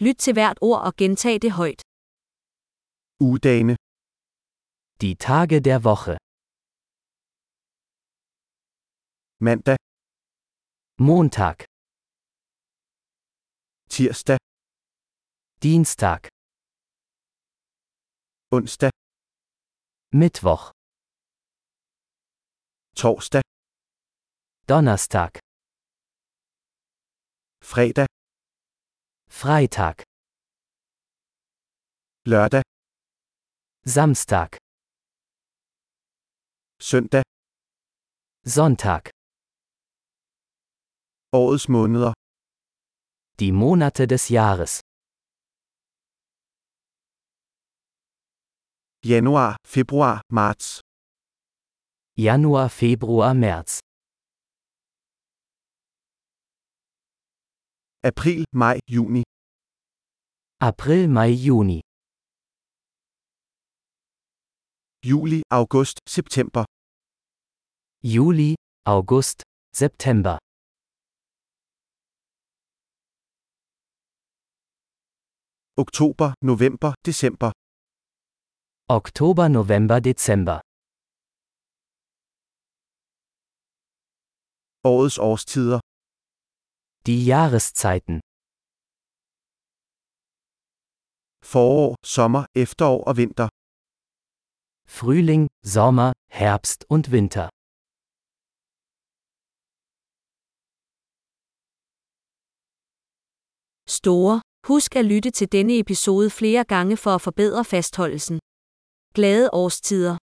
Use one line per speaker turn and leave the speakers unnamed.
Lyt til hvert ord og gentag det højt.
Ugedagene,
Die Tage der Woche.
mandag,
Montag,
tirsdag,
Dienstag,
onsdag,
Mittwoch,
torsdag,
Donnerstag,
fredag,
Freitag,
lørdag,
Samstag,
søndag,
Sonntag.
årets måneder,
Die Monate des Jahres.
januar, februar, marts,
Januar, Februar, März.
april, maj, juni,
April, Mai, Juni.
juli, august, september,
Juli, August, September.
oktober, november, december,
Oktober, November, Dezember.
årets årstider,
Die Jahreszeiten.
forår, sommer, efterår og vinter,
Frühling, Sommer, Herbst und Winter.
Store. Husk at lytte til denne episode flere gange for at forbedre fastholdelsen. Glade årstider.